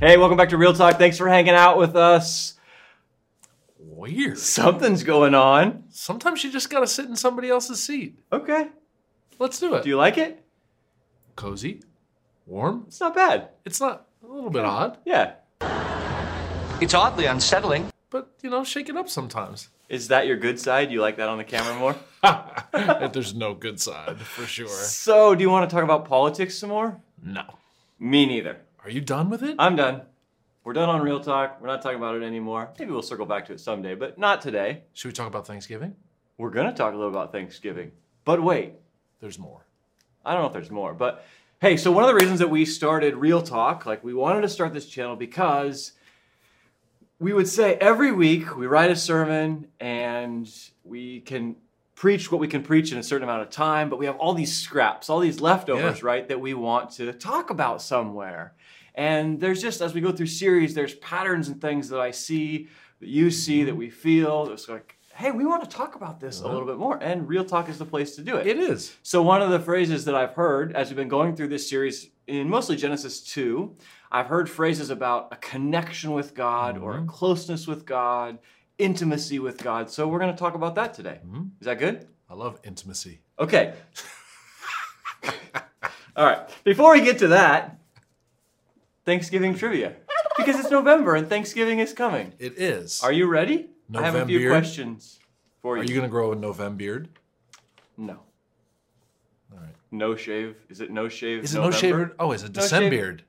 Hey, welcome back to Real Talk. Thanks for hanging out with us. Weird. Something's going on. Sometimes you just gotta sit in somebody else's seat. Okay. Let's do it. Do you like it? Cozy, warm. It's not bad. It's not a little bit odd, Yeah. It's oddly unsettling. but you know, shake it up sometimes. Is that your good side? Do you like that on the camera more? If There's no good side for sure. so, do you want to talk about politics some more? No. Me neither. Are you done with it? I'm done. We're done on Real Talk. We're not talking about it anymore. Maybe we'll circle back to it someday, but not today. Should we talk about Thanksgiving? We're going to talk a little about Thanksgiving. But wait, There's more. I don't know if there's more, but hey, so one of the reasons that we started Real Talk, like we wanted to start this channel because we would say every week we write a sermon and we can preach what we can preach in a certain amount of time, but we have all these scraps, all these leftovers, Yeah. right, that we want to talk about somewhere. And there's just, as we go through series, there's patterns and things that I see, that you see, that we feel. It's like, hey, we want to talk about this a little bit more. And Real Talk is the place to do it. It is. So one of the phrases that I've heard as we've been going through this series in mostly Genesis 2, I've heard phrases about a connection with God Mm-hmm. or a closeness with God, intimacy with God. So we're going to talk about that today. Mm-hmm. Is that good? I love intimacy. Okay. All right. Before we get to that, Thanksgiving trivia. Because it's November and Thanksgiving is coming. It is. Are you ready? I have a few Novembeard? questions for Are you. you gonna grow a November beard? No. All right. No shave. Is it no shave? Is it no November? shave? Oh, is it No shave. December beard?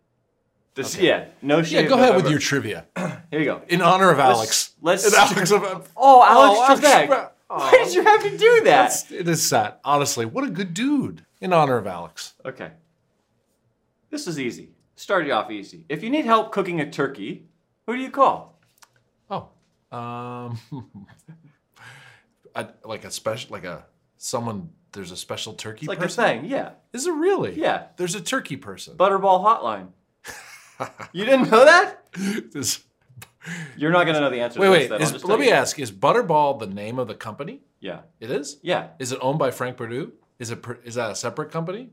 This, Yeah, no shave. Yeah, go ahead with November. your trivia. Here you go. In honor of Alex. let's- In Alex of- Oh, Alex Oh, Alex Trebek. Trebek. Why did you have to do that? That's- it is sad. Honestly, what a good dude. In honor of Alex. Okay. This is easy. Start you off easy. If you need help cooking a turkey, who do you call? Oh, um, I, like a special, like a someone. There's a special turkey Like person. a thing, yeah. Is it really? Yeah. There's a turkey person. Butterball hotline. you didn't know that? Is- You're not gonna know the answer. to this, wait, wait. then. I'll is- just tell let me you. ask: Is Butterball the name of the company? Yeah, It is. yeah. Is it owned by Frank Purdue? Is it? per- Is that a separate company?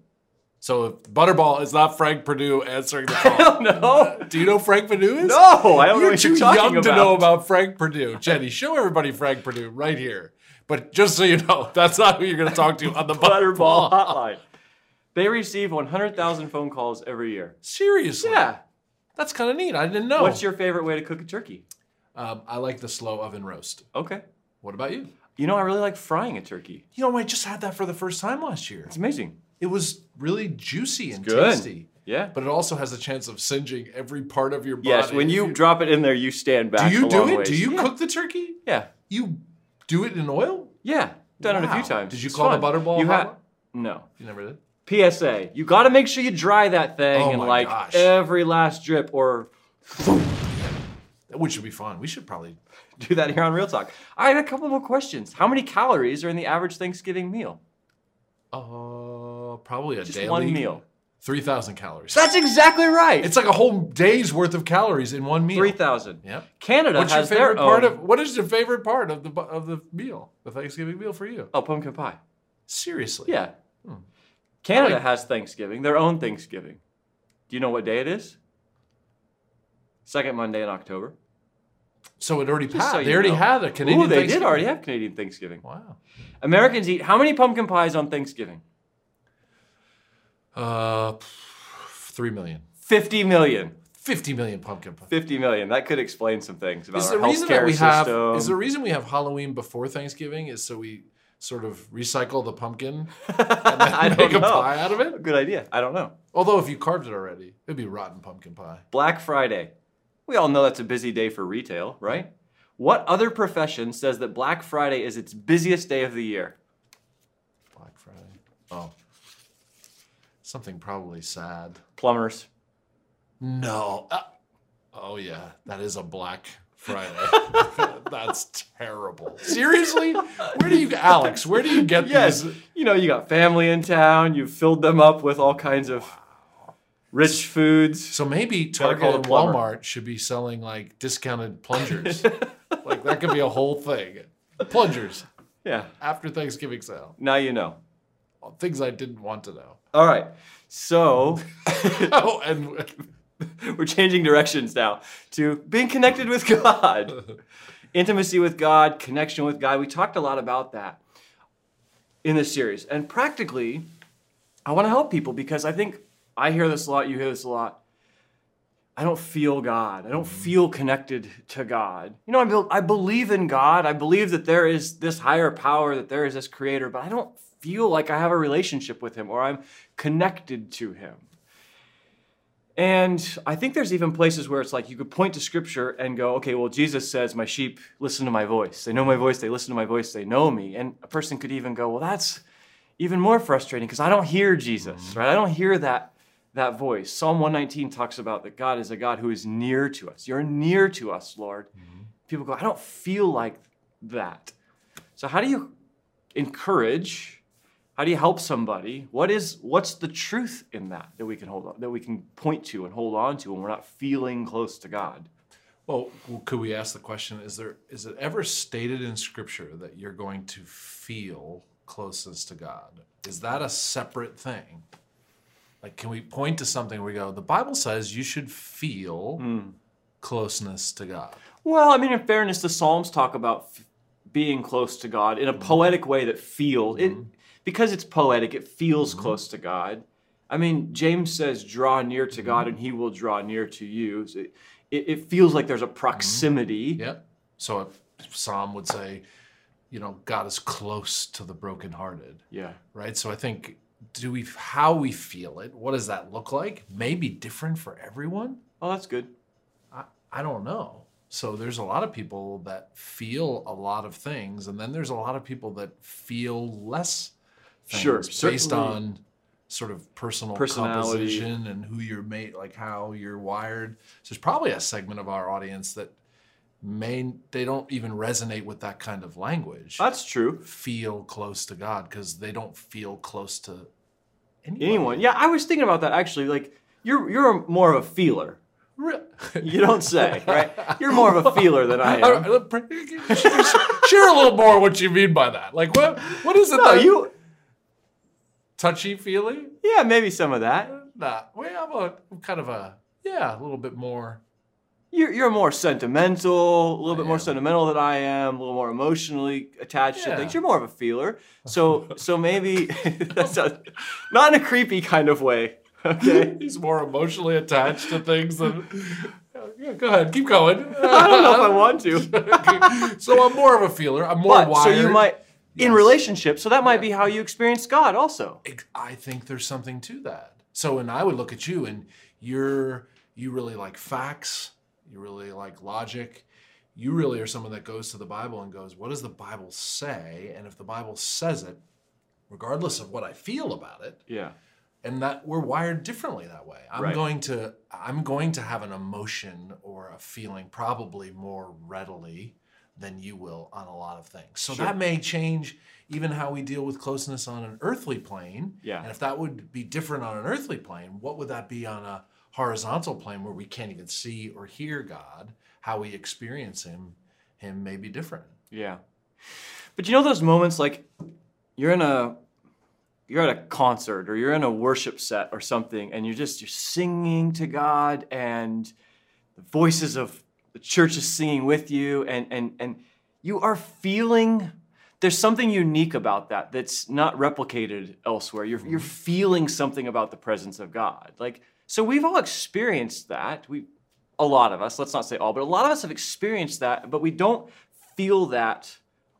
So if Butterball is not Frank Purdue answering the call. No, Do you know Frank Purdue is? no. I don't know You're what too you're talking young about. to know about Frank Purdue. Jenny, show everybody Frank Purdue right here. But just so you know, that's not who you're going to talk to on the Butterball Butterball. hotline. They receive 100,000 phone calls every year. Seriously. Yeah. That's kind of neat. I didn't know. What's your favorite way to cook a turkey? um, I like the slow oven roast. Okay. What about you? You know, I really like frying a turkey. You know, I just had that for the first time last year. It's amazing. It was really juicy and good. tasty. Yeah. But it also has a chance of singeing every part of your body. yes, when if you drop it in there, you stand back. do you a do long it? ways. Do you Yeah. cook the turkey? Yeah. You do it in oil? Yeah. Done it a few Wow. times. Did you It's call the fun. Butterball You hotline? ha- no. You never did. PSA. You got to make sure you dry that thing Oh and my like gosh. every last drip or Which would be fun. We should probably do that here on Real Talk. I had a couple more questions. How many calories are in the average Thanksgiving meal? Uh, probably a Just daily one meal. Three thousand calories. That's exactly right. it's like a whole day's worth of calories in one meal. 3,000. Yep. Canada What's your has their favorite part own- of What is your favorite part of the bu- of the meal, the Thanksgiving meal for you? Oh, pumpkin pie. Seriously. Yeah. Canada Hmm. Like- has Thanksgiving, their own Thanksgiving. Do you know what day it is? Second Monday in October. So it already Just passed. so they you already know. had a Canadian. Ooh, they did Thanksgiving. already have Canadian Thanksgiving. Wow. Americans eat how many pumpkin pies on Thanksgiving? Uh, pff, three million. 50 million. Fifty million pumpkin pie. 50 million. That could explain some things about Is our the healthcare reason that we system. have is the reason we have Halloween before Thanksgiving is so we sort of recycle the pumpkin and then I make don't a know. pie out of it? Good idea. I don't know. Although if you carved it already, it'd be rotten pumpkin pie. Black Friday. We all know that's a busy day for retail, right? What other profession says that Black Friday is its busiest day of the year? Black Friday. Oh. Something probably sad. Plumbers. No. Uh, oh, yeah. That is a Black Friday. That's terrible. Seriously? Where do you, Alex, where do you get Yes. these? You know, you got family in town, you've filled them up with all kinds of rich foods. So maybe Gotta call Target and the plumber. Walmart should be selling like discounted plungers. like that could be a whole thing. Plungers Yeah. after Thanksgiving sale. Now you know. Things I didn't want to know. All right. So, Oh, and We're changing directions now to being connected with God, intimacy with God, connection with God. We talked a lot about that in this series. And practically, I want to help people because I think I hear this a lot, you hear this a lot. I don't feel God. I don't feel connected to God. You know, I, bel I believe in God. I believe that there is this higher power, that there is this creator, but I don't feel like I have a relationship with him or I'm connected to him. And I think there's even places where it's like you could point to scripture and go, okay, well, Jesus says, My sheep listen to my voice. They know my voice, they listen to my voice, they know me. And a person could even go, well, that's even more frustrating because I don't hear Jesus, right? I don't hear that, that voice. Psalm 119 talks about that God is a God who is near to us. You're near to us, Lord. People go, I don't feel like that. So, how do you encourage how do you help somebody what is what's the truth in that that we can hold on that we can point to and hold on to when we're not feeling close to god Well, could we ask the question: Is there is it ever stated in Scripture that you're going to feel closeness to God? Is that a separate thing? Like, can we point to something? Where we go. The Bible says you should feel closeness to God. well i mean in fairness the psalms talk about f- being close to god in a poetic way that feels it because it's poetic it feels close to god i mean james says draw near to god and he will draw near to you So it, it, it feels like there's a proximity Yep. So a psalm would say, you know, God is close to the brokenhearted. yeah right? So I think do we how we feel it? What does that look like? Maybe different for everyone. oh that's good I, I don't know. So there's a lot of people that feel a lot of things, and then there's a lot of people that feel less things Sure, based certainly. on sort of personal Personality. composition and who you're made, like how you're wired. So there's probably a segment of our audience that may they don't even resonate with that kind of language that's true feel close to God because they don't feel close to anyone yeah i was thinking about that actually like you're you're more of a feeler Re- You don't say, right? You're more of a feeler than I am. Share a little more what you mean by that. Like, what what is it No, that you, touchy feely? yeah, maybe some of that. Nah, well, I'm, a, I'm kind of a yeah, a little bit more. You're, you're more sentimental, a little bit more am. sentimental than I am, a little more emotionally attached to Yeah. things. You're more of a feeler, so so maybe that's a, not in a creepy kind of way. Okay, He's more emotionally attached to things than. Yeah, go ahead, keep going. I don't know if I want to. so I'm more of a feeler. I'm more But so wired. you might in Yes. relationships. So that might be how you experience God, also. Ex- I think there's something to that. So, and I would look at you, and you're you really like facts, you really like logic, you really are someone that goes to the Bible and goes, "What does the Bible say?" And if the Bible says it, regardless of what I feel about it, Yeah. and that we're wired differently that way. I'm Right. going to I'm going to have an emotion or a feeling probably more readily than you will on a lot of things. So that may change even how we deal with closeness on an earthly plane. Yeah. And if that would be different on an earthly plane, what would that be on a horizontal plane where we can't even see or hear God? How we experience him him may be different. Yeah. But you know those moments like you're in a you're at a concert or you're in a worship set or something and you're just you're singing to God and the voices of the church is singing with you and and and you are feeling there's something unique about that that's not replicated elsewhere. You're you're feeling something about the presence of God. Like so we've all experienced that. We a lot of us, let's not say all, but a lot of us have experienced that, but we don't feel that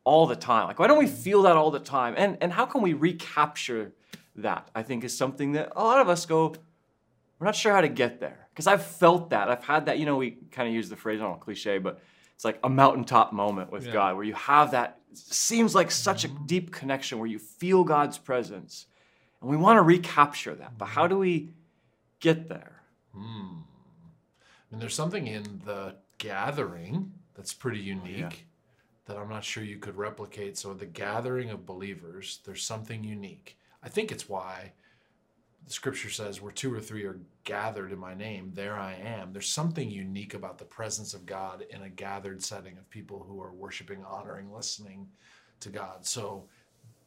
all the time. Like, why don't we feel that all the time? And and how can we recapture that? I think is something that a lot of us go, we're not sure how to get there. Because I've felt that. I've had that, you know, we kind of use the phrase, I don't know, cliche, but it's like a mountaintop moment with God where you have that it seems like such a deep connection where you feel God's presence. And we want to recapture that. But how do we get there? And there's something in the gathering that's pretty unique that I'm not sure you could replicate. So the gathering of believers, there's something unique. I think it's why the scripture says where two or three are gathered in my name, there I am. There's something unique about the presence of God in a gathered setting of people who are worshiping, honoring, listening to God. So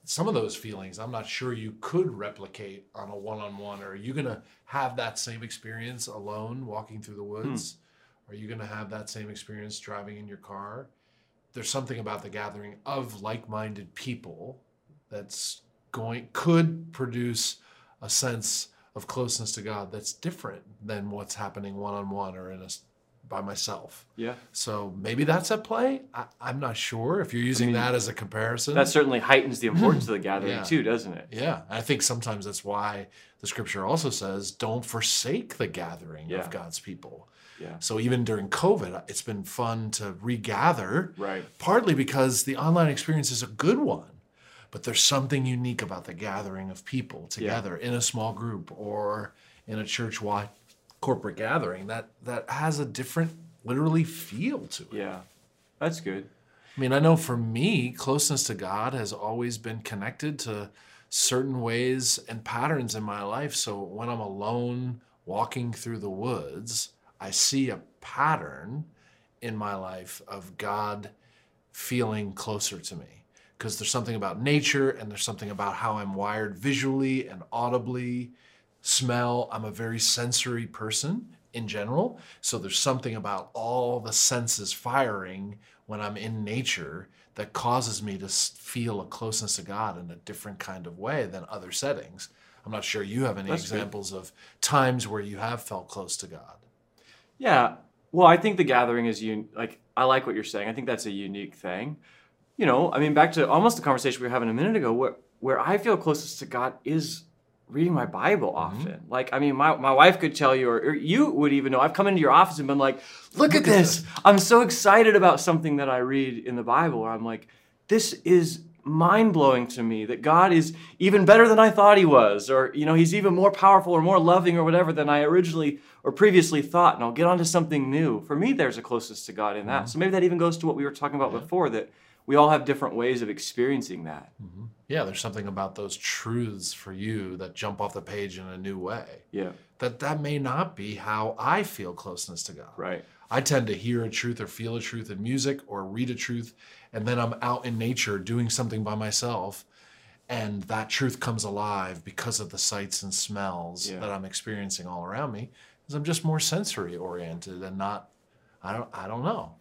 some of those feelings I'm not sure you could replicate on a one-on-one. Are you gonna have that same experience alone walking through the woods? Are you gonna have that same experience driving in your car? There's something about the gathering of like-minded people that's going could produce a sense of closeness to God that's different than what's happening one-on-one or in a s- by myself. Yeah. So maybe that's at play. I, I'm not sure if you're using that as a comparison. That certainly heightens the importance of the gathering Yeah. too, doesn't it? yeah, I think sometimes that's why the scripture also says, "Don't forsake the gathering Yeah. of God's people." Yeah. So even during COVID, it's been fun to regather. Right. Partly because the online experience is a good one, but there's something unique about the gathering of people together in a small group or in a church-wide corporate gathering that that has a different, literally, feel to it. Yeah. That's good. I mean, I know for me, closeness to God has always been connected to certain ways and patterns in my life. So when I'm alone walking through the woods, I see a pattern in my life of God feeling closer to me. Because there's something about nature and there's something about how I'm wired visually and audibly smell. I'm a very sensory person in general. So there's something about all the senses firing when I'm in nature that causes me to s- feel a closeness to God in a different kind of way than other settings. I'm not sure you have any That's good. examples of times where you have felt close to God. Yeah. Well, I think the gathering is un- like I like what you're saying. I think that's a unique thing. You know, I mean, back to almost the conversation we were having a minute ago, where where I feel closest to God is reading my Bible often. Like, I mean, my, my wife could tell you, or, or you would even know. I've come into your office and been like, "Look at this! I'm so excited about something that I read in the Bible." Or I'm like, "This is." Mind blowing to me that God is even better than I thought He was, or you know, He's even more powerful or more loving or whatever than I originally or previously thought, and I'll get onto something new. For me, there's a closest to God in that. So maybe that even goes to what we were talking about before that we all have different ways of experiencing that. Yeah, there's something about those truths for you that jump off the page in a new way. Yeah, That that may not be how I feel closeness to God. right. I tend to hear a truth or feel a truth in music or read a truth, and then I'm out in nature doing something by myself, and that truth comes alive because of the sights and smells Yeah. that I'm experiencing all around me. Because I'm just more sensory oriented and not. I don't. I don't know.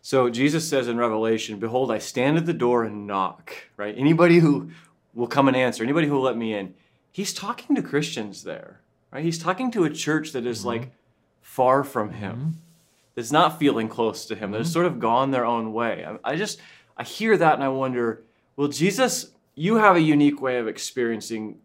So Jesus says in Revelation, Behold, I stand at the door and knock, right? Anybody who will come and answer, anybody who will let me in, he's talking to Christians there, right? He's talking to a church that is, like far from him, that's not feeling close to him, that has sort of gone their own way. I, I just, I hear that and I wonder, well, Jesus, you have a unique way of experiencing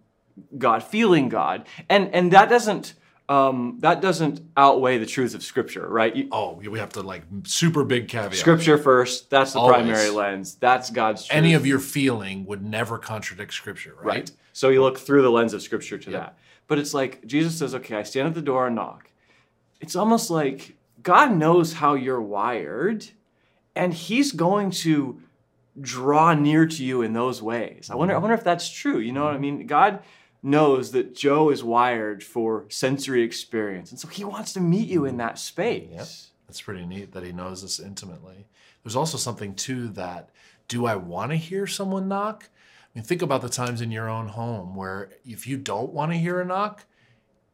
God, feeling God, and and that doesn't um, that doesn't outweigh the truths of Scripture, right? You, Oh, we have to like super big caveat. Scripture first. That's the Always. primary lens. That's God's truth. Any of your feeling would never contradict Scripture, right? right. So you look through the lens of Scripture to that. But it's like Jesus says, "Okay, I stand at the door and knock." It's almost like God knows how you're wired, and He's going to draw near to you in those ways. I wonder. Mm-hmm. I wonder if that's true. You know what I mean? God knows that Joe is wired for sensory experience, and so He wants to meet you in Mm-hmm. that space. That's pretty neat that he knows this intimately. There's also something too that do I want to hear someone knock? I mean, think about the times in your own home where if you don't want to hear a knock,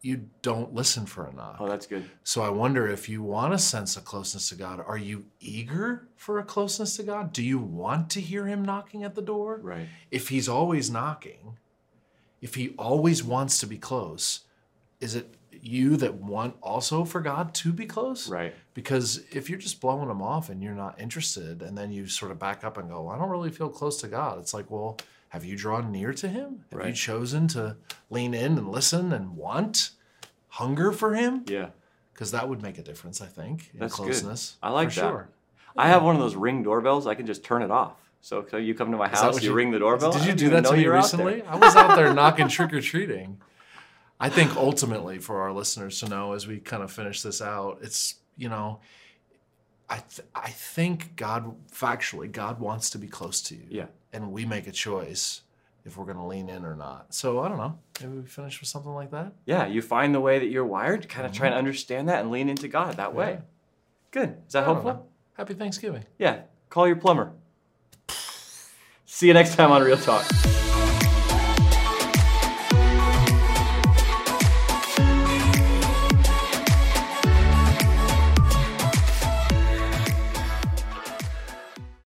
you don't listen for a knock. Oh, that's good. So I wonder if you want to sense a closeness to God, are you eager for a closeness to God? Do you want to hear him knocking at the door? Right. If he's always knocking, if he always wants to be close, is it you that want also for God to be close? Right. Because if you're just blowing them off and you're not interested, and then you sort of back up and go, I don't really feel close to God, it's like, well, have you drawn near to Him? Have you Right. chosen to lean in and listen and want, hunger for Him? Yeah. Because that would make a difference, I think, in That's good. closeness. I like for that. Sure. I have one of those ring doorbells. I can just turn it off. So, so you come to my Is that house, what you, ring the doorbell. I Did you don't do even that to know me you're out there. recently? I was out there knocking trick or treating. I think ultimately for our listeners to know as we kind of finish this out, it's you know, I th- I think God factually God wants to be close to you. Yeah. and we make a choice if we're going to lean in or not. So I don't know. Maybe we finish with something like that. Yeah, you find the way that you're wired, kind of try and understand that and lean into God that way. Uh-huh. Yeah. Good. Is that I don't helpful? know. Happy Thanksgiving. Yeah. Call your plumber. See you next time on Real Talk.